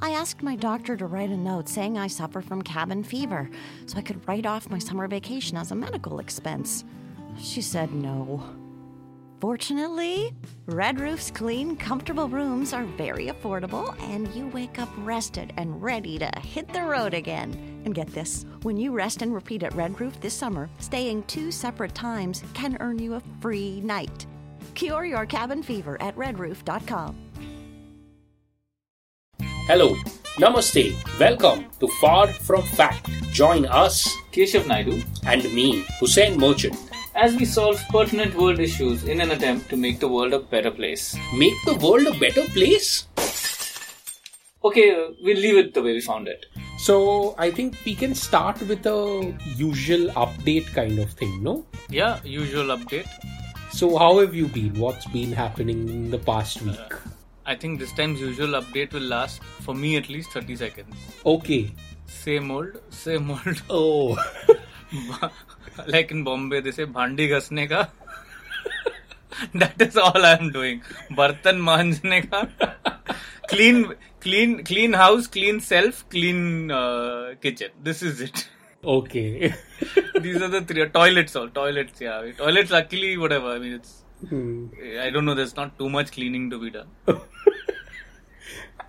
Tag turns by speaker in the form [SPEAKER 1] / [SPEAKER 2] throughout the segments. [SPEAKER 1] I asked my doctor to write a note saying I suffer from cabin fever so I could write off my summer vacation as a medical expense. She said no. Fortunately, Red Roof's clean, comfortable rooms are very affordable, and you wake up rested and ready to hit the road again. And get this when you rest and repeat at Red Roof this summer, staying two separate times can earn you a free night. Cure your cabin fever at redroof.com.
[SPEAKER 2] Hello, Namaste, welcome to Far From Fact. Join us
[SPEAKER 3] Keshav Naidu,
[SPEAKER 2] and me, Hussein Merchant.
[SPEAKER 3] as we solve pertinent world issues in an attempt to make the world a better place.
[SPEAKER 2] Make the world a better place?
[SPEAKER 3] Okay, uh, we'll leave it the way we found it.
[SPEAKER 4] So I think we can start with a usual update kind of thing, no?
[SPEAKER 3] Yeah, usual update.
[SPEAKER 4] So how have you been? What's been happening in the past week?
[SPEAKER 3] I think this time's usual update will last, for me at least, 30 seconds.
[SPEAKER 4] Okay.
[SPEAKER 3] Same old, same old.
[SPEAKER 4] Oh.
[SPEAKER 3] like in Bombay, they say bhandi ghasne ka. that is all I am doing. Bartan manjne ka. clean, clean, clean house, clean self, clean uh, kitchen. This is it.
[SPEAKER 4] okay.
[SPEAKER 3] These are the three toilets. All toilets, yeah. Toilets, luckily, whatever. I mean, it's.
[SPEAKER 4] Hmm.
[SPEAKER 3] I don't know. There's not too much cleaning to be done.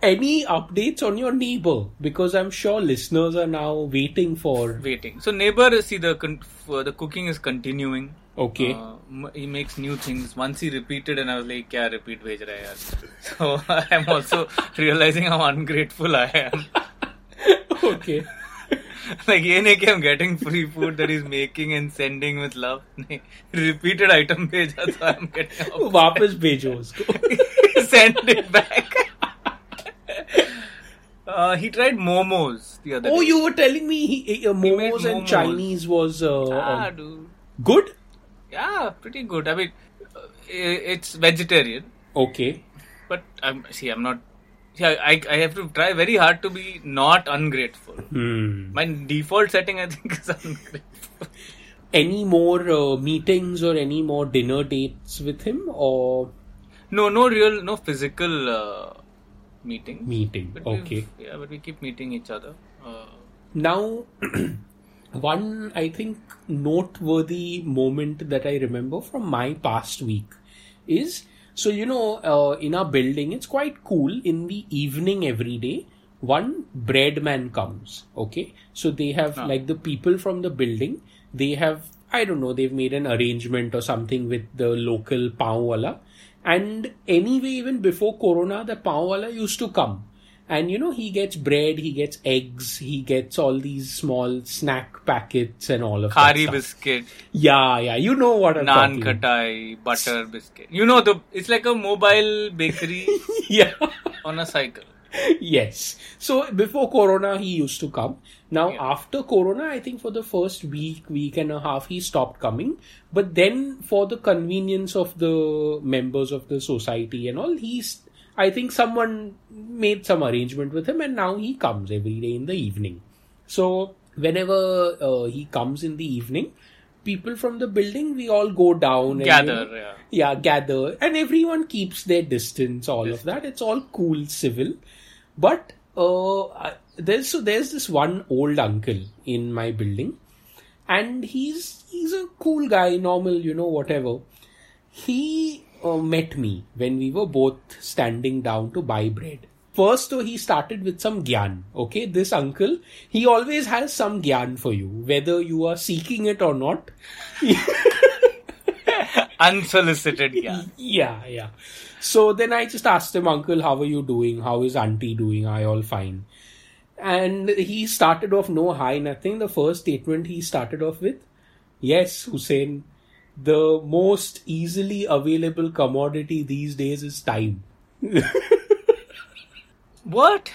[SPEAKER 4] Any updates on your neighbor? Because I'm sure listeners are now waiting for.
[SPEAKER 3] Waiting. So neighbor, see the con- f- the cooking is continuing.
[SPEAKER 4] Okay.
[SPEAKER 3] Uh, m- he makes new things. Once he repeated, and I was like, "Kya repeat bhej raha hai yaar?" So I am also realizing how ungrateful I am.
[SPEAKER 4] okay.
[SPEAKER 3] like ये नहीं कि I'm getting free food that he's making and sending with love. नहीं, repeated item भेजा so I'm getting upset.
[SPEAKER 4] वापस भेजो उसको
[SPEAKER 3] send it back. uh, he tried momos the other
[SPEAKER 4] Oh,
[SPEAKER 3] day.
[SPEAKER 4] you were telling me he, uh,
[SPEAKER 3] made
[SPEAKER 4] momos and
[SPEAKER 3] momos.
[SPEAKER 4] Chinese was uh,
[SPEAKER 3] ah,
[SPEAKER 4] on-
[SPEAKER 3] dude.
[SPEAKER 4] good.
[SPEAKER 3] Yeah, pretty good. I mean, uh, i- it's vegetarian,
[SPEAKER 4] Okay.
[SPEAKER 3] but I'm see. I'm not. Yeah, I I have to try very hard to be not ungrateful.
[SPEAKER 4] Hmm.
[SPEAKER 3] My default setting, I think, is ungrateful.
[SPEAKER 4] Any more uh, meetings or any more dinner dates with him or
[SPEAKER 3] No, no real, no physical uh, meeting.
[SPEAKER 4] meeting?
[SPEAKER 3] But we've-
[SPEAKER 4] Okay.
[SPEAKER 3] Yeah, but we keep meeting each other. Uh,
[SPEAKER 4] Now, one I think noteworthy moment that I remember from my past week is so you know uh, in our building it's quite cool in the evening every day one bread man comes okay so they have
[SPEAKER 3] Ah.
[SPEAKER 4] like the people from the building they have i don't know they've made an arrangement or something with the local pav wala and anyway even before corona the pav wala used to come and you know he gets bread he gets eggs he gets all these small snack packets and all of
[SPEAKER 3] khari
[SPEAKER 4] that stuff.
[SPEAKER 3] biscuit,
[SPEAKER 4] yeah yeah you know what i'm
[SPEAKER 3] naan
[SPEAKER 4] talking
[SPEAKER 3] katai, butter biscuit. You know, the it's like a mobile bakery
[SPEAKER 4] yeah
[SPEAKER 3] on a cycle.
[SPEAKER 4] yes. So before Corona, he used to come. Now
[SPEAKER 3] Yeah.
[SPEAKER 4] after Corona, I think for the first week, week and a half, he stopped coming. But then for the convenience of the members of the society and all, he's. I think someone made some arrangement with him, and now he comes every day in the evening. So whenever uh, he comes in the evening, people from the building we all go down
[SPEAKER 3] Gather,
[SPEAKER 4] And,
[SPEAKER 3] yeah.
[SPEAKER 4] yeah gather and everyone keeps their distance all of that it's all cool civil but uh, I- there's so there's this one old uncle in my building and he's he's a cool guy normal you know whatever he uh, met me when we were both standing down to buy bread first though he started with some gyan okay this uncle he always has some gyan for you whether you are seeking it or not
[SPEAKER 3] Unsolicited, yeah.
[SPEAKER 4] Yeah, yeah. So then I just asked him, Uncle, how are you doing? How is Auntie doing? Are you all fine? And he started off no hi, nothing. The first statement he started off with, Yes, Hussein, the most easily available commodity these days is time.
[SPEAKER 3] What?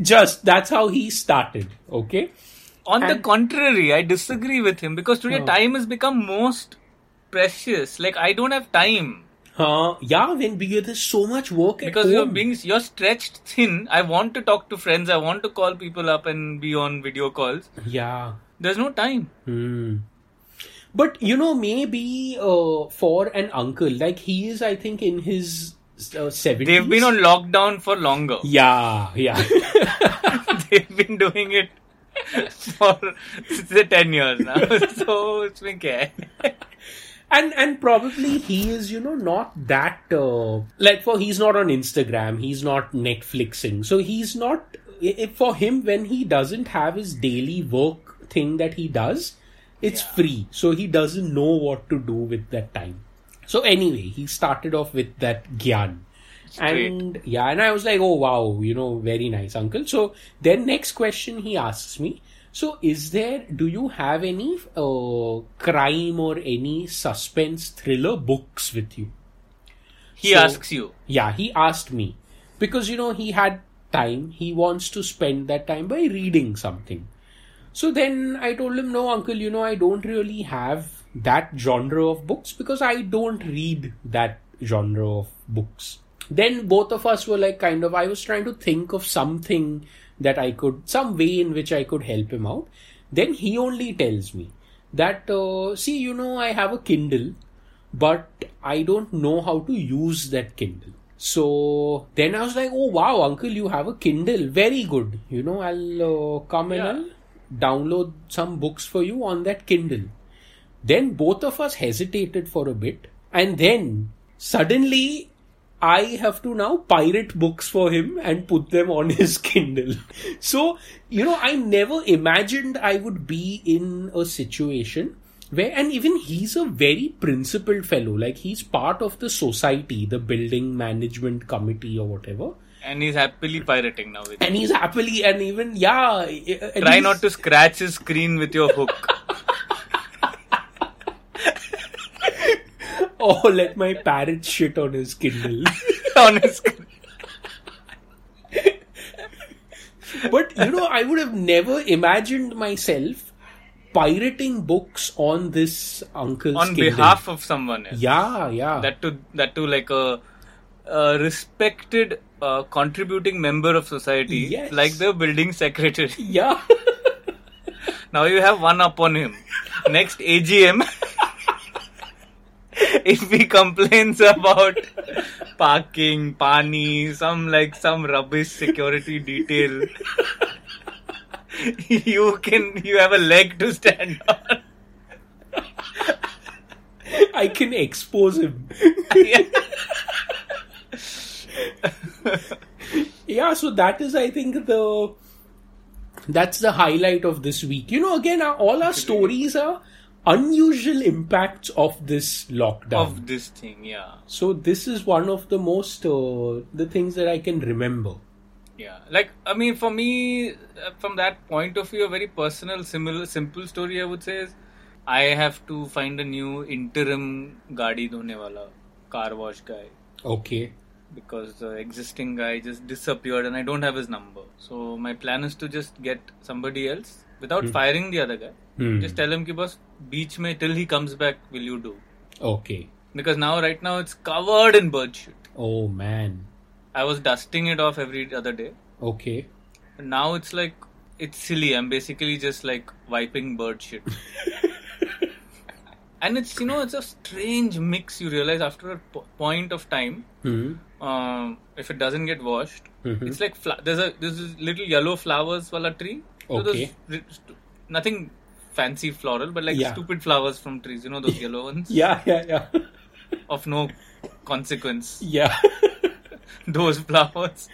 [SPEAKER 4] Just that's how he started, okay?
[SPEAKER 3] On the
[SPEAKER 4] And- हाँ।
[SPEAKER 3] contrary, I disagree with him because today
[SPEAKER 4] No.
[SPEAKER 3] time has become most precious. Like I don't have time
[SPEAKER 4] Huh? Uh, Yeah, when we there's so much work at
[SPEAKER 3] because you're
[SPEAKER 4] home.
[SPEAKER 3] being you're stretched thin. I want to talk to friends. I want to call people up and be on video calls.
[SPEAKER 4] Yeah.
[SPEAKER 3] There's no time.
[SPEAKER 4] Hmm. But you know, maybe uh, for an uncle, like he is, I think, in his 70s.
[SPEAKER 3] They've been on lockdown for longer.
[SPEAKER 4] Yeah, yeah.
[SPEAKER 3] They've been doing it for since the 10 years now. so it's been care.
[SPEAKER 4] and and probably he is you know not that uh, like for he's not on instagram he's not netflixing so he's not if for him when he doesn't have his daily work thing that he does it's free so he doesn't know what to do with that time so anyway he started off with that gyan and yeah and i was like oh wow you know very nice uncle so then next question he asks me so is there do you have any uh, crime or any suspense thriller books with you
[SPEAKER 3] He
[SPEAKER 4] So-
[SPEAKER 3] asks you.
[SPEAKER 4] yeah he asked me because you know he had time he wants to spend that time by reading something so then i told him no uncle you know i don't really have that genre of books because i don't read that genre of books then both of us were like kind of i was trying to think of something that i could some way in which i could help him out then he only tells me that uh, see you know i have a kindle but I don't know how to use that Kindle. So then I was like, oh wow, uncle, you have a Kindle. Very good. You know, I'll uh, come and I'll download some books for you on that Kindle. Then both of us hesitated for a bit. And then suddenly I have to now pirate books for him and put them on his Kindle. So, you know, I never imagined I would be in a situation where, and even he's a very principled fellow. Like, he's part of the society, the building management committee or whatever.
[SPEAKER 3] And he's happily pirating now with you.
[SPEAKER 4] And he's happily, and even, yeah. and
[SPEAKER 3] Try
[SPEAKER 4] he's-
[SPEAKER 3] not to scratch his screen with your hook.
[SPEAKER 4] Oh, let my parrot shit on his Kindle.
[SPEAKER 3] on his screen.
[SPEAKER 4] but you know i would have never imagined myself pirating books on this uncle's
[SPEAKER 3] on
[SPEAKER 4] Kindle.
[SPEAKER 3] behalf of someone else.
[SPEAKER 4] yeah yeah
[SPEAKER 3] That to that to like a, a respected uh, contributing member of society,
[SPEAKER 4] Yes.
[SPEAKER 3] like the building secretary.
[SPEAKER 4] yeah
[SPEAKER 3] Now you have one up on him. Next AGM. if he complains about parking, pani, some like some rubbish security detail, you can you have a leg to stand on.
[SPEAKER 4] i can expose him yeah so that is i think the that's the highlight of this week you know again our, all our stories are unusual impacts of this lockdown
[SPEAKER 3] of this thing, yeah.
[SPEAKER 4] so this is one of the most uh, the things that i can remember
[SPEAKER 3] Yeah, like I mean, for me, uh, from that point of view, a very personal, similar, simple story I would say is, I have to find a new interim gadi dhone wala car wash guy
[SPEAKER 4] okay
[SPEAKER 3] because the existing guy just disappeared and I don't have his number. So my plan is to just get somebody else without firing the other guy.
[SPEAKER 4] Hmm.
[SPEAKER 3] Just tell him ki bas beach mein till he comes back will you do?
[SPEAKER 4] okay
[SPEAKER 3] Because now right now it's covered in bird shit.
[SPEAKER 4] Oh man.
[SPEAKER 3] I was dusting it off every other day.
[SPEAKER 4] Okay.
[SPEAKER 3] Now it's like it's silly. I'm basically just like wiping bird shit. and it's you know it's a strange mix. You realize after a po- point of time,
[SPEAKER 4] Hmm.
[SPEAKER 3] um, if it doesn't get washed,
[SPEAKER 4] Mhm.
[SPEAKER 3] it's like fla- there's a there's this little yellow flowers wala tree.
[SPEAKER 4] Okay.
[SPEAKER 3] those, ri- nothing fancy floral, but like
[SPEAKER 4] Yeah.
[SPEAKER 3] stupid flowers from trees. You know those yellow ones
[SPEAKER 4] Yeah, yeah, yeah.
[SPEAKER 3] of no consequence.
[SPEAKER 4] yeah.
[SPEAKER 3] Those flowers.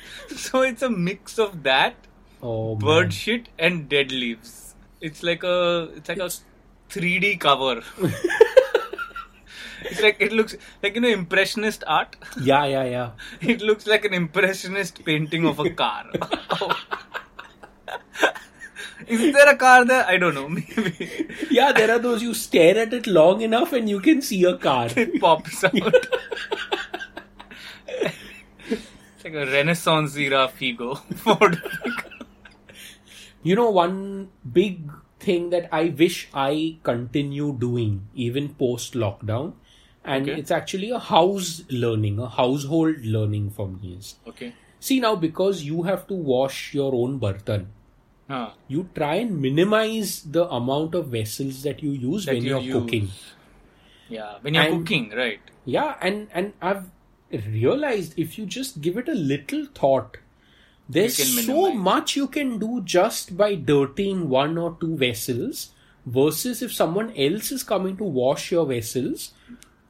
[SPEAKER 3] So it's a mix of that
[SPEAKER 4] oh
[SPEAKER 3] bird shit and dead leaves. It's like a it's like a 3D cover. it's like it looks like you know impressionist art.
[SPEAKER 4] Man. Yeah, yeah, yeah.
[SPEAKER 3] It looks like an impressionist painting of a car. Is there a car there? I don't know. Maybe
[SPEAKER 4] Yeah, there are those you stare at it long enough and you can see a car.
[SPEAKER 3] it pops out. it's like a Renaissance era Figo. Ford Figo.
[SPEAKER 4] You know one big thing that I wish I continue doing even post lockdown and
[SPEAKER 3] Okay.
[SPEAKER 4] it's actually a house learning, a household learning for me is.
[SPEAKER 3] Okay.
[SPEAKER 4] See now because you have to wash your own bartan.
[SPEAKER 3] Huh.
[SPEAKER 4] you try and minimize the amount of vessels that you use
[SPEAKER 3] That
[SPEAKER 4] when
[SPEAKER 3] you
[SPEAKER 4] you're
[SPEAKER 3] use.
[SPEAKER 4] cooking
[SPEAKER 3] Yeah. When you're
[SPEAKER 4] And-
[SPEAKER 3] cooking, right?
[SPEAKER 4] yeah and and i've realized if you just give it a little thought, there's
[SPEAKER 3] You can
[SPEAKER 4] so
[SPEAKER 3] minimize.
[SPEAKER 4] much you can do just by dirtying one or two vessels versus if someone else is coming to wash your vessels,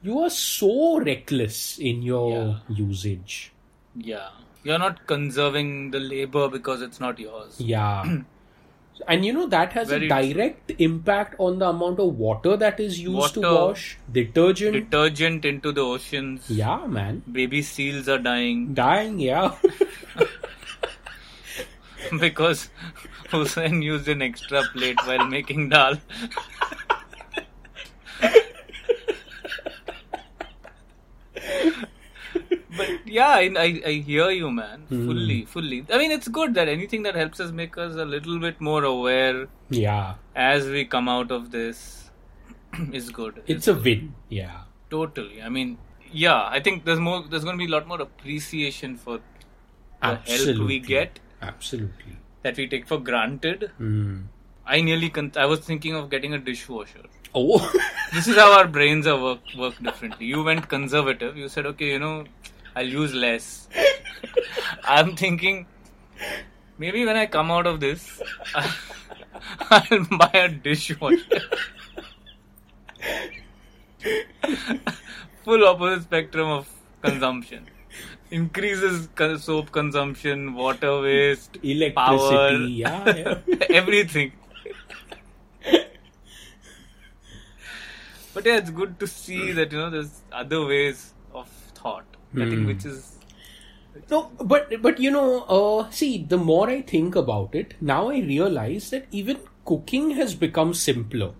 [SPEAKER 4] you are so reckless in your usage.
[SPEAKER 3] Yeah. You're not conserving the labor because it's not yours.
[SPEAKER 4] Yeah. and you know that has
[SPEAKER 3] Very
[SPEAKER 4] a direct impact on the amount of water that is used to
[SPEAKER 3] Water.
[SPEAKER 4] wash, detergent.
[SPEAKER 3] Detergent into the oceans.
[SPEAKER 4] yeah, man.
[SPEAKER 3] Baby seals are dying
[SPEAKER 4] Dying, yeah.
[SPEAKER 3] because Hussein used an extra plate while making dal. but yeah, I, I, I hear you, man. Fully, fully. I mean, it's good that anything that helps us make us a little bit more aware
[SPEAKER 4] yeah.
[SPEAKER 3] as we come out of this is good.
[SPEAKER 4] It's a win. Yeah.
[SPEAKER 3] Totally. I mean, yeah, I think there's more. There's going to be a lot more appreciation for the help we get
[SPEAKER 4] Absolutely.
[SPEAKER 3] that we take for granted.
[SPEAKER 4] Hmm.
[SPEAKER 3] I nearly. Con- I was thinking of getting a dishwasher.
[SPEAKER 4] Oh.
[SPEAKER 3] This is how our brains are work work differently. You went conservative. You said, okay, you know, I'll use less. I'm thinking maybe when I come out of this, I'll buy a dishwasher. Full opposite spectrum of consumption. Increases con- soap consumption, water waste,
[SPEAKER 4] Electricity.
[SPEAKER 3] power,
[SPEAKER 4] Yeah. yeah.
[SPEAKER 3] everything. but yeah, it's good to see that you know there's other ways of thought. I
[SPEAKER 4] Hmm.
[SPEAKER 3] think which is
[SPEAKER 4] No, but but you know, uh, see, the more I think about it, now I realize that even cooking has become simpler.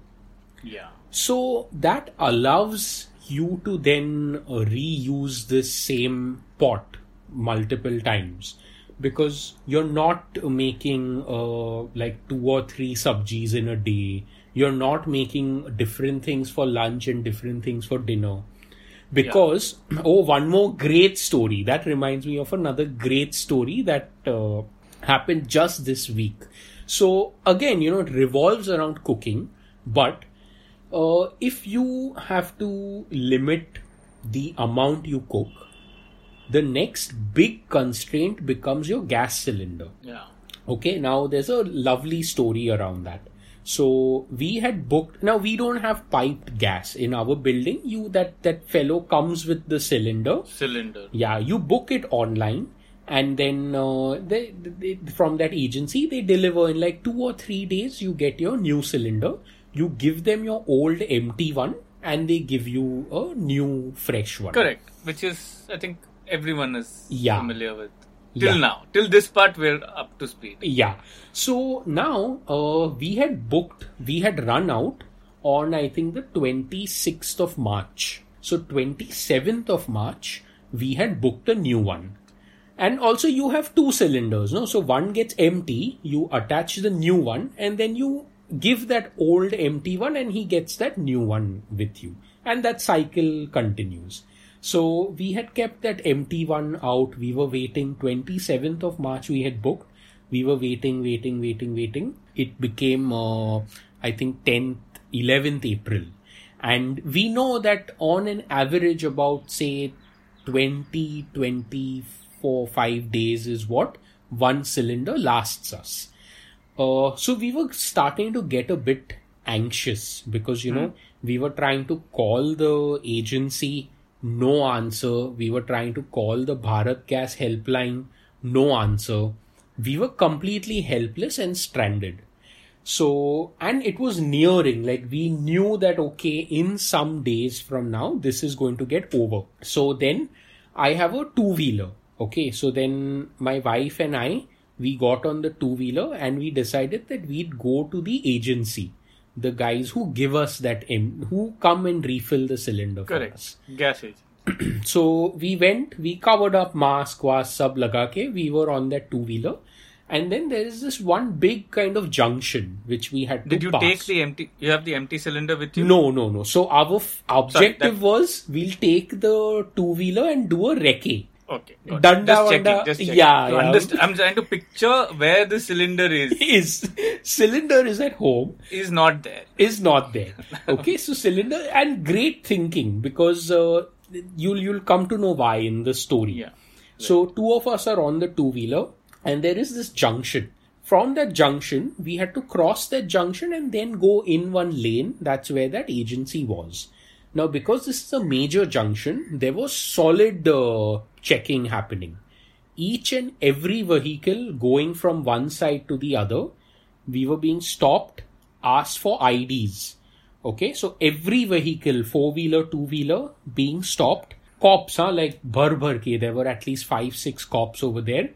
[SPEAKER 3] yeah,
[SPEAKER 4] So that allows you to then uh, reuse this same pot multiple times because you're not making uh, like two or three subjis in a day. You're not making different things for lunch and different things for dinner. Because, oh, one more great story. That reminds me of another great story that uh, happened just this week. So, again, you know, it revolves around cooking, but uh, if you have to limit the amount you cook, the next big constraint becomes your gas cylinder.
[SPEAKER 3] yeah,
[SPEAKER 4] Okay, now there's a lovely story around that. So we had booked. Now we don't have piped gas in our building. You that that fellow comes with the cylinder.
[SPEAKER 3] cylinder.
[SPEAKER 4] Yeah, you book it online, and then uh, they, they from that agency they deliver in like two or three days. You get your new cylinder. You give them your old empty one, and they give you a new fresh one.
[SPEAKER 3] Correct, which is I think everyone is
[SPEAKER 4] Yeah.
[SPEAKER 3] familiar with till
[SPEAKER 4] Yeah.
[SPEAKER 3] now. Till this part, we're up to speed.
[SPEAKER 4] Yeah. So now uh, we had booked, we had run out on I think the 26th of March. So 27th of March, we had booked a new one. And also you have two cylinders, no? So one gets empty, you attach the new one, and then you give that old empty one and he gets that new one with you. And that cycle continues. So we had kept that empty one out. We were waiting 27th of March we had booked we were waiting waiting waiting waiting it became uh, i think 10th 11th april and we know that on an average about say 20 24 5 days is what one cylinder lasts us uh, so we were starting to get a bit anxious because you know we were trying to call the agency no answer we were trying to call the bharat gas helpline no answer we were completely helpless and stranded so and it was nearing like we knew that okay in some days from now this is going to get over so then i have a two wheeler okay so then my wife and i we got on the two wheeler and we decided that we'd go to the agency the guys who give us that em- who come and refill the cylinder for us
[SPEAKER 3] Correct, gas agent.
[SPEAKER 4] so we went, we covered up mask, was sub laga ke. We were on that two wheeler, and then there is this one big kind of junction which we had to
[SPEAKER 3] Did you
[SPEAKER 4] pass.
[SPEAKER 3] take the empty? You have the empty cylinder with you?
[SPEAKER 4] No, no, no. So our f- objective
[SPEAKER 3] that-
[SPEAKER 4] was we'll take the two wheeler and do a recce.
[SPEAKER 3] Okay. got it.
[SPEAKER 4] Danda
[SPEAKER 3] just checking.
[SPEAKER 4] vanda-
[SPEAKER 3] Just checking.
[SPEAKER 4] Yeah,
[SPEAKER 3] To
[SPEAKER 4] yeah.
[SPEAKER 3] underst- I'm trying to picture where the cylinder is.
[SPEAKER 4] Is cylinder is at home.
[SPEAKER 3] Is not there.
[SPEAKER 4] is not there. Okay, so cylinder and great thinking because uh, you'll you'll come to know why in the story.
[SPEAKER 3] Yeah.
[SPEAKER 4] So two of us are on the two wheeler, and there is this junction. From that junction, we had to cross that junction and then go in one lane. That's where that agency was. Now, because this is a major junction, there was solid uh, checking happening. Each and every vehicle going from one side to the other, we were being stopped, asked for IDs. Okay, so every vehicle, four wheeler, two wheeler, being stopped. Cops, huh? like bhar bhar ke, there were at least five, six cops over there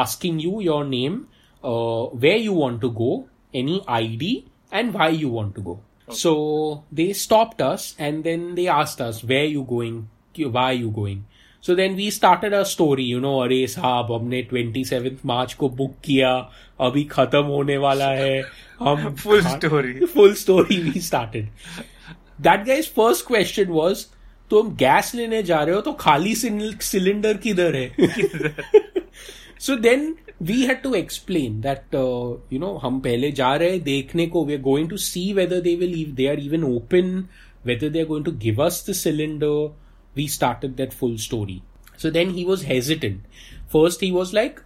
[SPEAKER 4] asking you your name, uh, where you want to go, any ID, and why you want to go. So they stopped us and then they asked us, where you going? Why you going? So then we started our story, you know, अरे साहब हमने 27th मार्च को book किया अभी खत्म होने वाला है हम हाँ,
[SPEAKER 3] Full story.
[SPEAKER 4] full story we started. That guy's first question was, तुम गैस लेने जा रहे हो तो खाली सिलेंडर किधर है so then we had to explain that you know हम पहले जा रहे हैं देखने को we are going to see whether they will they are even open whether they are going to give us the cylinder we started that full story so then he was hesitant first he was like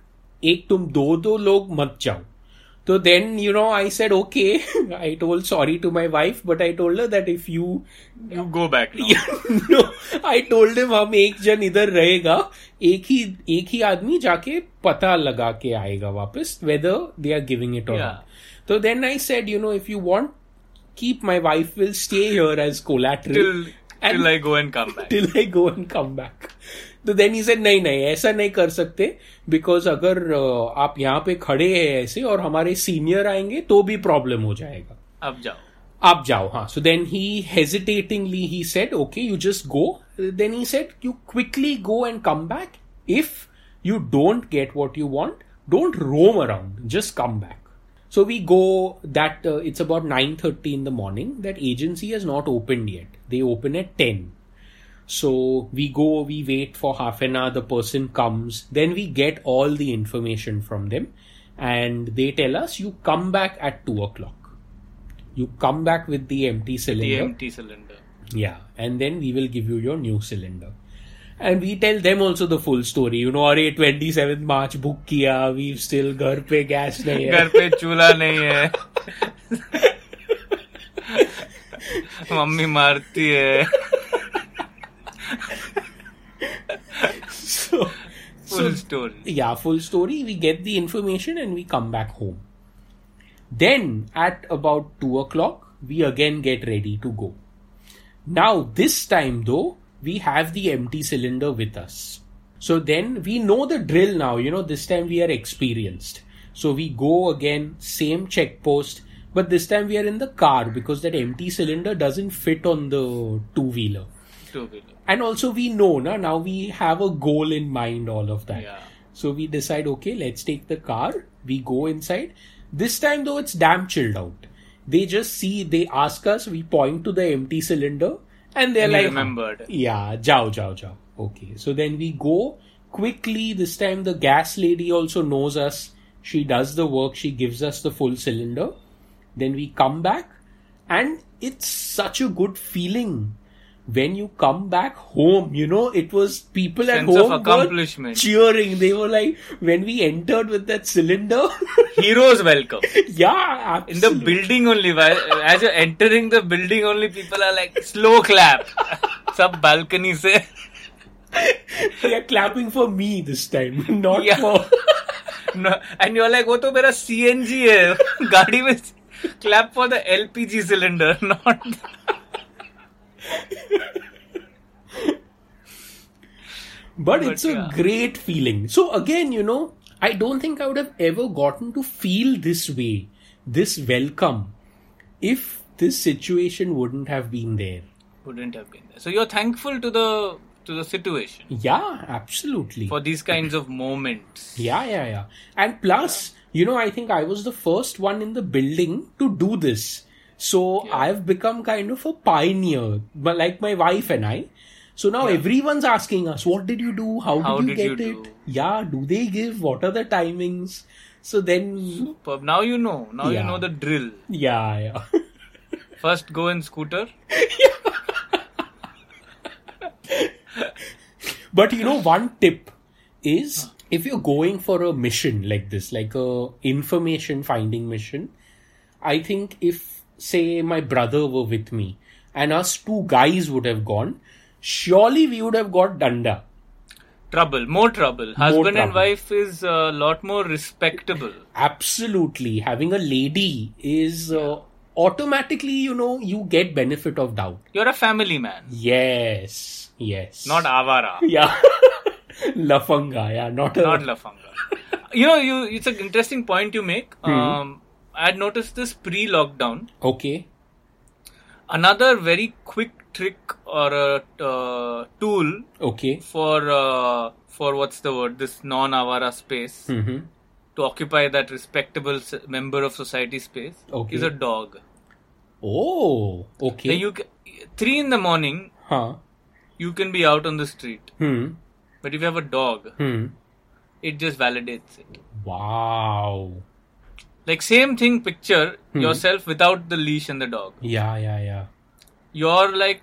[SPEAKER 4] एक तुम दो दो लोग मत जाओ So then, you know, I said, okay. I told sorry to my wife, but I told her that if you
[SPEAKER 3] You go back now.
[SPEAKER 4] No I told him हम एक जन इधर रहेगा एक ही एक ही आदमी जाके पता लगा के आएगा वापस whether they are giving it और
[SPEAKER 3] Yeah.
[SPEAKER 4] तो then I said you know if you want keep my wife will stay here as
[SPEAKER 3] Till
[SPEAKER 4] collateral
[SPEAKER 3] till I go and come back.
[SPEAKER 4] Till I go and come back तो then he said नहीं नहीं ऐसा नहीं कर सकते because अगर uh, आप यहाँ पे खड़े हैं ऐसे और हमारे सीनियर आएंगे तो भी प्रॉब्लम हो जाएगा
[SPEAKER 3] अब जाओ.
[SPEAKER 4] आप जाओ हाँ so then he hesitatingly he said okay you just go then he said you quickly go and come back if you don't get what you want don't roam around just come back so we go that it's about nine thirty in the morning that agency has not open yet they open at ten So we go, we wait for half an hour, the person comes, then we get all the information from them, and they tell us you come back at two o'clock. You come back with the empty cylinder.
[SPEAKER 3] The empty cylinder.
[SPEAKER 4] Yeah, and then we will give you your new cylinder. And we tell them also the full story. You know, अरे 27th March book किया, we've still घर पे gas नहीं
[SPEAKER 3] घर
[SPEAKER 4] है.
[SPEAKER 3] पे चूल्हा नहीं है. मम्मी मारती है.
[SPEAKER 4] So,
[SPEAKER 3] Full
[SPEAKER 4] so
[SPEAKER 3] story.
[SPEAKER 4] yeah, full story. We get the information and we come back home. Then at about two o'clock, we again get ready to go. Now, this time though, we have the empty cylinder with us. So then we know the drill now, you know, this time we are experienced. So we go again, same check post, but this time we are in the car because that empty cylinder doesn't fit on the two wheeler.
[SPEAKER 3] Two below.
[SPEAKER 4] And also we know now, now we have a goal in mind, all of that.
[SPEAKER 3] Yeah.
[SPEAKER 4] So we decide, okay, let's take the car. We go inside. This time, though, it's damn chilled out. They just see, they ask us, we point to the empty cylinder, and they're
[SPEAKER 3] And he
[SPEAKER 4] like,
[SPEAKER 3] remembered.
[SPEAKER 4] Yeah, jao, jao, jao. Okay. So then we go quickly. This time, the gas lady also knows us. She does the work, she gives us the full cylinder. Then we come back, and it's such a good feeling. When you come back home, you know, it was people at
[SPEAKER 3] Sense of
[SPEAKER 4] home were
[SPEAKER 3] accomplishment.
[SPEAKER 4] cheering. They were like, when we entered with that cylinder,
[SPEAKER 3] Heroes welcome.
[SPEAKER 4] yeah,
[SPEAKER 3] In the
[SPEAKER 4] absolutely.
[SPEAKER 3] building only, while, as you're entering the building only, people are like, slow clap. सब balcony से
[SPEAKER 4] they are clapping for me this time, not
[SPEAKER 3] Yeah.
[SPEAKER 4] for.
[SPEAKER 3] And your like वो तो मेरा CNG है गाड़ी में clap for the LPG cylinder not
[SPEAKER 4] But,
[SPEAKER 3] But
[SPEAKER 4] it's a
[SPEAKER 3] yeah.
[SPEAKER 4] great feeling. So again, you know, I don't think I would have ever gotten to feel this way, this welcome, if this situation wouldn't have been there.
[SPEAKER 3] wouldn't have been there. So you're thankful to the to the situation
[SPEAKER 4] Yeah, absolutely.
[SPEAKER 3] for these kinds of moments.
[SPEAKER 4] Yeah, yeah, yeah. And plus, you know, I think I was the first one in the building to do this. So I've become kind of a pioneer, but like my wife and I. So now everyone's asking us, what did you do? How,
[SPEAKER 3] How
[SPEAKER 4] did you
[SPEAKER 3] did you
[SPEAKER 4] get
[SPEAKER 3] do?
[SPEAKER 4] it? Yeah, do they give? What are the timings? So then,
[SPEAKER 3] But now you know. Now you
[SPEAKER 4] Yeah.
[SPEAKER 3] know the drill.
[SPEAKER 4] yeah, yeah.
[SPEAKER 3] First go in scooter.
[SPEAKER 4] But you know, one tip is if you're going for a mission like this, like a information finding mission, I think if say my brother were with me and us two guys would have gone, surely we would have got danda.
[SPEAKER 3] Trouble, more trouble. Husband and
[SPEAKER 4] trouble.
[SPEAKER 3] wife is a lot more respectable.
[SPEAKER 4] Absolutely, having a lady is uh, automatically you know you get benefit of doubt.
[SPEAKER 3] You're a family man,
[SPEAKER 4] Yes, yes.
[SPEAKER 3] not avara,
[SPEAKER 4] yeah, lafanga. Yeah, not a,
[SPEAKER 3] not lafanga. You know, you it's an interesting point you make.
[SPEAKER 4] Hmm.
[SPEAKER 3] Um, I had noticed this pre-lockdown.
[SPEAKER 4] okay.
[SPEAKER 3] Another very quick trick or a uh, tool
[SPEAKER 4] Okay.
[SPEAKER 3] for uh, for what's the word? This non-avara space
[SPEAKER 4] hmm
[SPEAKER 3] to occupy that respectable s- member of society space
[SPEAKER 4] Okay.
[SPEAKER 3] is a dog.
[SPEAKER 4] Oh, okay.
[SPEAKER 3] Then you ca- three in the morning,
[SPEAKER 4] huh.
[SPEAKER 3] you can be out on the street,
[SPEAKER 4] Hmm.
[SPEAKER 3] but if you have a dog,
[SPEAKER 4] Hmm.
[SPEAKER 3] it just validates it.
[SPEAKER 4] Wow.
[SPEAKER 3] Like same thing, picture
[SPEAKER 4] Hmm.
[SPEAKER 3] yourself without the leash and the dog.
[SPEAKER 4] Yeah, yeah, yeah.
[SPEAKER 3] You're like,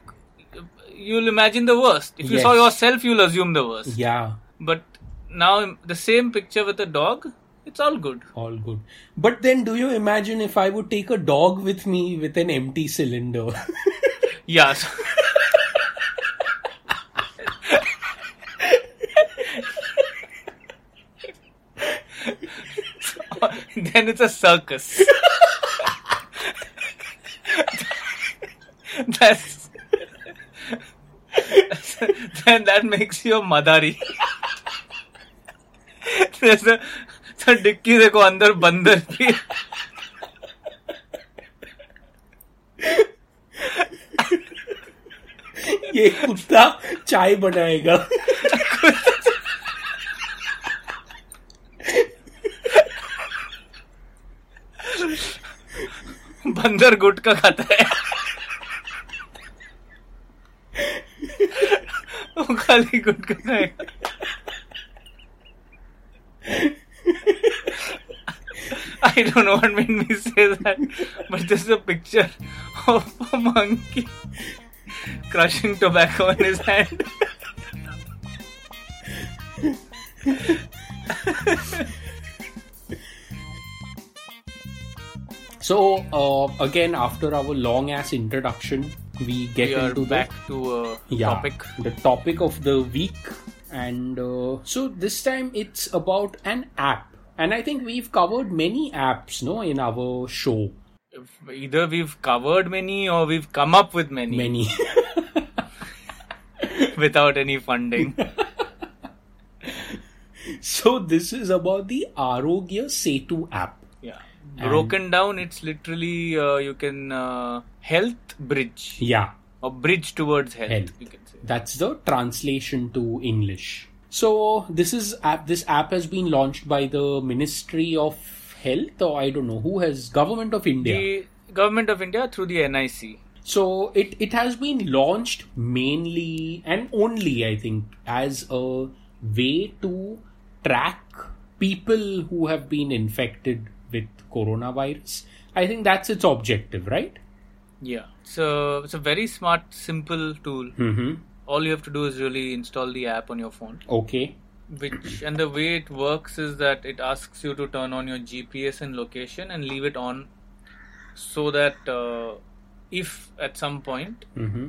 [SPEAKER 3] you'll imagine the worst. If you saw
[SPEAKER 4] Yes.
[SPEAKER 3] yourself, you'll assume the worst.
[SPEAKER 4] Yeah.
[SPEAKER 3] But now im- the same picture with a dog, it's all good.
[SPEAKER 4] All good. But then do you imagine if I would take a dog with me with an empty cylinder?
[SPEAKER 3] Yeah. so- then it's a circus. That's. then that makes you a madari. There's a. तो dicky देखो अंदर बंदर भी है।
[SPEAKER 4] ये कुत्ता चाय बनाएगा
[SPEAKER 3] बंदर गुटका खाता है वो खाली गुटका खाएगा I don't know what made me say that, but this is a picture of a monkey crushing tobacco in his hand.
[SPEAKER 4] So uh, again, after our long ass introduction, we get
[SPEAKER 3] We are
[SPEAKER 4] into
[SPEAKER 3] back
[SPEAKER 4] the
[SPEAKER 3] to a
[SPEAKER 4] yeah,
[SPEAKER 3] topic.
[SPEAKER 4] the topic of the week, and uh, so this time it's about an app, and I think we've covered many apps, no, in our show,
[SPEAKER 3] Either we've covered many or we've come up with many.
[SPEAKER 4] many.
[SPEAKER 3] without any funding.
[SPEAKER 4] so this is about the Arogya Setu app.
[SPEAKER 3] yeah. Broken down, it's literally uh, you can uh, health bridge
[SPEAKER 4] Yeah,
[SPEAKER 3] or bridge towards health.
[SPEAKER 4] Health.
[SPEAKER 3] You can say.
[SPEAKER 4] That's the translation to English. So this is app. This app has been launched by the Ministry of Health, or I don't know who has Government of India.
[SPEAKER 3] The government of India through the NIC.
[SPEAKER 4] So it it has been launched mainly and only I think as a way to track people who have been infected with coronavirus. I think that's its objective, right?
[SPEAKER 3] Yeah. So it's a very smart, simple tool.
[SPEAKER 4] Mm-hmm.
[SPEAKER 3] All you have to do is really install the app on your phone.
[SPEAKER 4] Okay.
[SPEAKER 3] Which and the way it works is that it asks you to turn on your GPS and location and leave it on, so that uh, if at some point
[SPEAKER 4] Mm-hmm.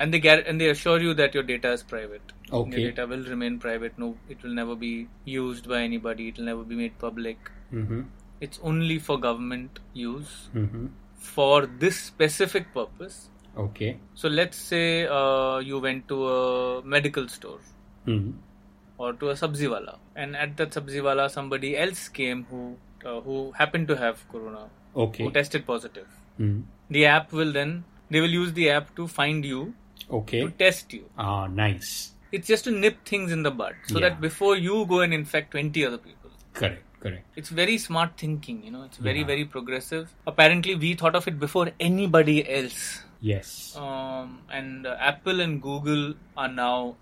[SPEAKER 3] and they gar- and they assure you that your data is private.
[SPEAKER 4] Okay.
[SPEAKER 3] Your data will remain private. No, it will never be used by anybody. It will never be made public.
[SPEAKER 4] Mm-hmm.
[SPEAKER 3] It's only for government use
[SPEAKER 4] Mm-hmm.
[SPEAKER 3] for this specific purpose.
[SPEAKER 4] Okay.
[SPEAKER 3] So let's say uh, you went to a medical store
[SPEAKER 4] hmm
[SPEAKER 3] or to a sabziwala, and at that sabziwala somebody else came who uh, who happened to have corona, who
[SPEAKER 4] Okay.
[SPEAKER 3] tested positive.
[SPEAKER 4] Mm.
[SPEAKER 3] The app will then they will use the app to find you to
[SPEAKER 4] Okay.
[SPEAKER 3] test you.
[SPEAKER 4] Ah, nice.
[SPEAKER 3] It's just to nip things in the bud so
[SPEAKER 4] Yeah.
[SPEAKER 3] that before you go and infect 20 other people.
[SPEAKER 4] Correct. Correct.
[SPEAKER 3] It's very smart thinking, you know, it's very,
[SPEAKER 4] Yeah.
[SPEAKER 3] very progressive. Apparently, we thought of it before anybody else.
[SPEAKER 4] Yes.
[SPEAKER 3] Um, and uh, Apple and Google are now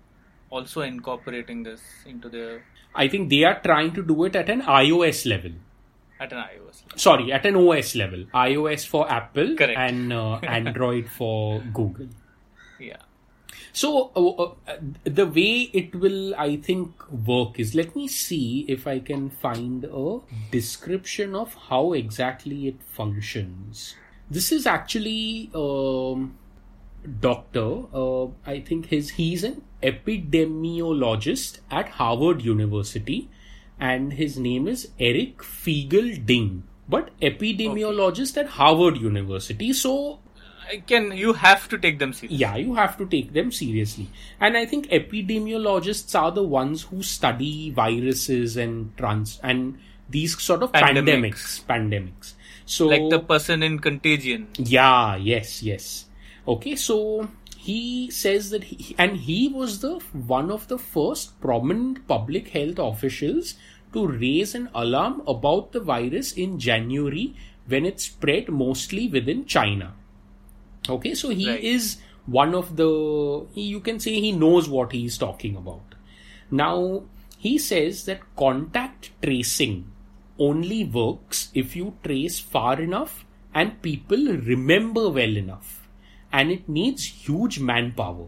[SPEAKER 3] also incorporating this into their
[SPEAKER 4] I think they are trying to do it at an iOS level.
[SPEAKER 3] at an iOS. level.
[SPEAKER 4] Sorry, at an OS level. iOS for Apple
[SPEAKER 3] Correct.
[SPEAKER 4] and uh, Android for Google.
[SPEAKER 3] Yeah.
[SPEAKER 4] So uh, uh, the way it will, I think, work is let me see if I can find a description of how exactly it functions. This is actually um, doctor. Uh, I think his he's an epidemiologist at Harvard University, and his name is Eric Fiegelding. But epidemiologist at Harvard University. So
[SPEAKER 3] I can you have to take them seriously?
[SPEAKER 4] yeah, you have to take them seriously. And I think epidemiologists are the ones who study viruses and trans and these sort of
[SPEAKER 3] Pandemics.
[SPEAKER 4] pandemics. Pandemics. So
[SPEAKER 3] Like the person in Contagion.
[SPEAKER 4] yeah, yes, yes. Okay, so he says that he and he was the one of the first prominent public health officials to raise an alarm about the virus in January when it spread mostly within China. Okay, so he
[SPEAKER 3] Right.
[SPEAKER 4] is one of the he, you can say he knows what he is talking about. Now he says that contact tracing only works if you trace far enough and people remember well enough and it needs huge manpower.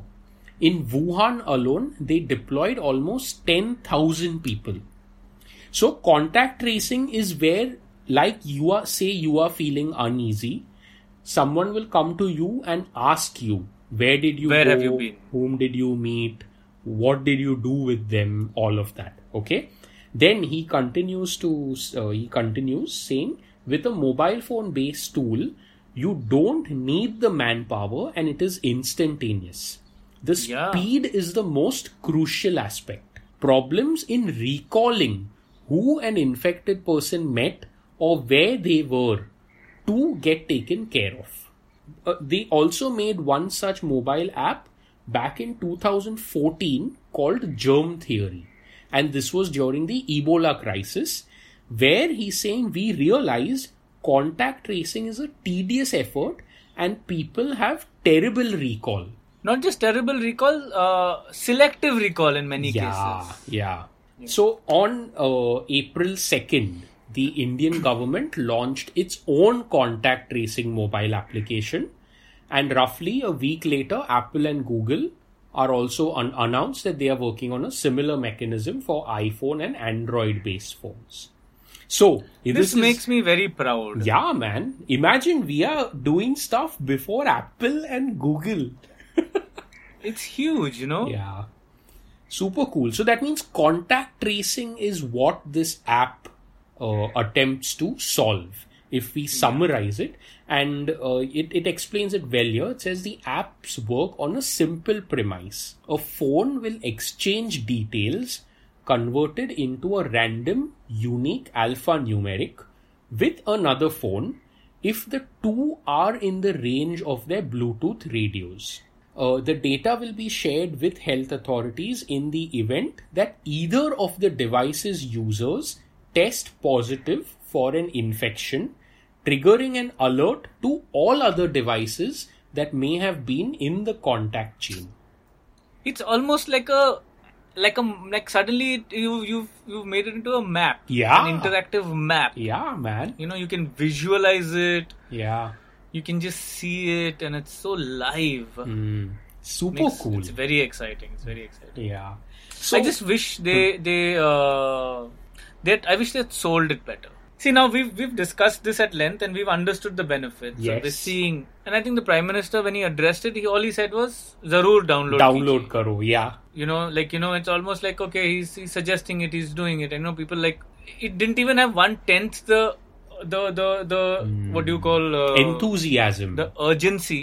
[SPEAKER 4] In Wuhan alone, they deployed almost 10,000 people. So contact tracing is where like you are say you are feeling uneasy, someone will come to you and ask you where did you
[SPEAKER 3] Where
[SPEAKER 4] go,
[SPEAKER 3] have you been?
[SPEAKER 4] whom did you meet, what did you do with them, all of that. Okay. Then he continues to uh, he continues saying with a mobile phone based tool, you don't need the manpower and it is instantaneous. The
[SPEAKER 3] Yeah.
[SPEAKER 4] speed is the most crucial aspect. Problems in recalling who an infected person met or where they were to get taken care of. Uh, they also made one such mobile app back in 2014 called Germ Theory. And this was during the Ebola crisis, where he's saying we realized contact tracing is a tedious effort and people have terrible recall.
[SPEAKER 3] Not just terrible recall, uh, selective recall in many
[SPEAKER 4] yeah,
[SPEAKER 3] cases.
[SPEAKER 4] Yeah. So on uh, April 2nd, the Indian government launched its own contact tracing mobile application. And roughly a week later, Apple and Google are also un- announced that they are working on a similar mechanism for iPhone and Android based phones. So,
[SPEAKER 3] This,
[SPEAKER 4] is-
[SPEAKER 3] makes me very proud.
[SPEAKER 4] yeah, man. Imagine we are doing stuff before Apple and Google.
[SPEAKER 3] It's huge, you know?
[SPEAKER 4] Yeah. Super cool. So that means contact tracing is what this app uh, attempts to solve. If we summarize it, and uh, it, it explains it well here, it says the apps work on a simple premise. A phone will exchange details converted into a random, unique alphanumeric with another phone if the two are in the range of their Bluetooth radios. Uh, the data will be shared with health authorities in the event that either of the device's users test positive for an infection, triggering an alert to all other devices that may have been in the contact chain.
[SPEAKER 3] It's almost like a like a like suddenly it, you you've you've made it into a map.
[SPEAKER 4] Yeah.
[SPEAKER 3] An interactive map.
[SPEAKER 4] Yeah, man.
[SPEAKER 3] You know, you can visualize it,
[SPEAKER 4] Yeah.
[SPEAKER 3] you can just see it and it's so live.
[SPEAKER 4] Mm. Super
[SPEAKER 3] Makes-
[SPEAKER 4] cool.
[SPEAKER 3] It's very exciting. It's very exciting.
[SPEAKER 4] Yeah. So Hmm.
[SPEAKER 3] I just wish they they uh, that I wish they had sold it better. See now we've we've discussed this at length and we've understood the benefits. So
[SPEAKER 4] Yes.
[SPEAKER 3] we're seeing, and I think the prime minister when he addressed it, he all he said was, "Zarur download."
[SPEAKER 4] download
[SPEAKER 3] कीजिए."
[SPEAKER 4] karo. Yeah.
[SPEAKER 3] You know, like you know, it's almost like okay, he's, he's suggesting it, he's doing it. I know people like it didn't even have one tenth the the the the
[SPEAKER 4] Hmm.
[SPEAKER 3] what do you call uh,
[SPEAKER 4] Enthusiasm.
[SPEAKER 3] the urgency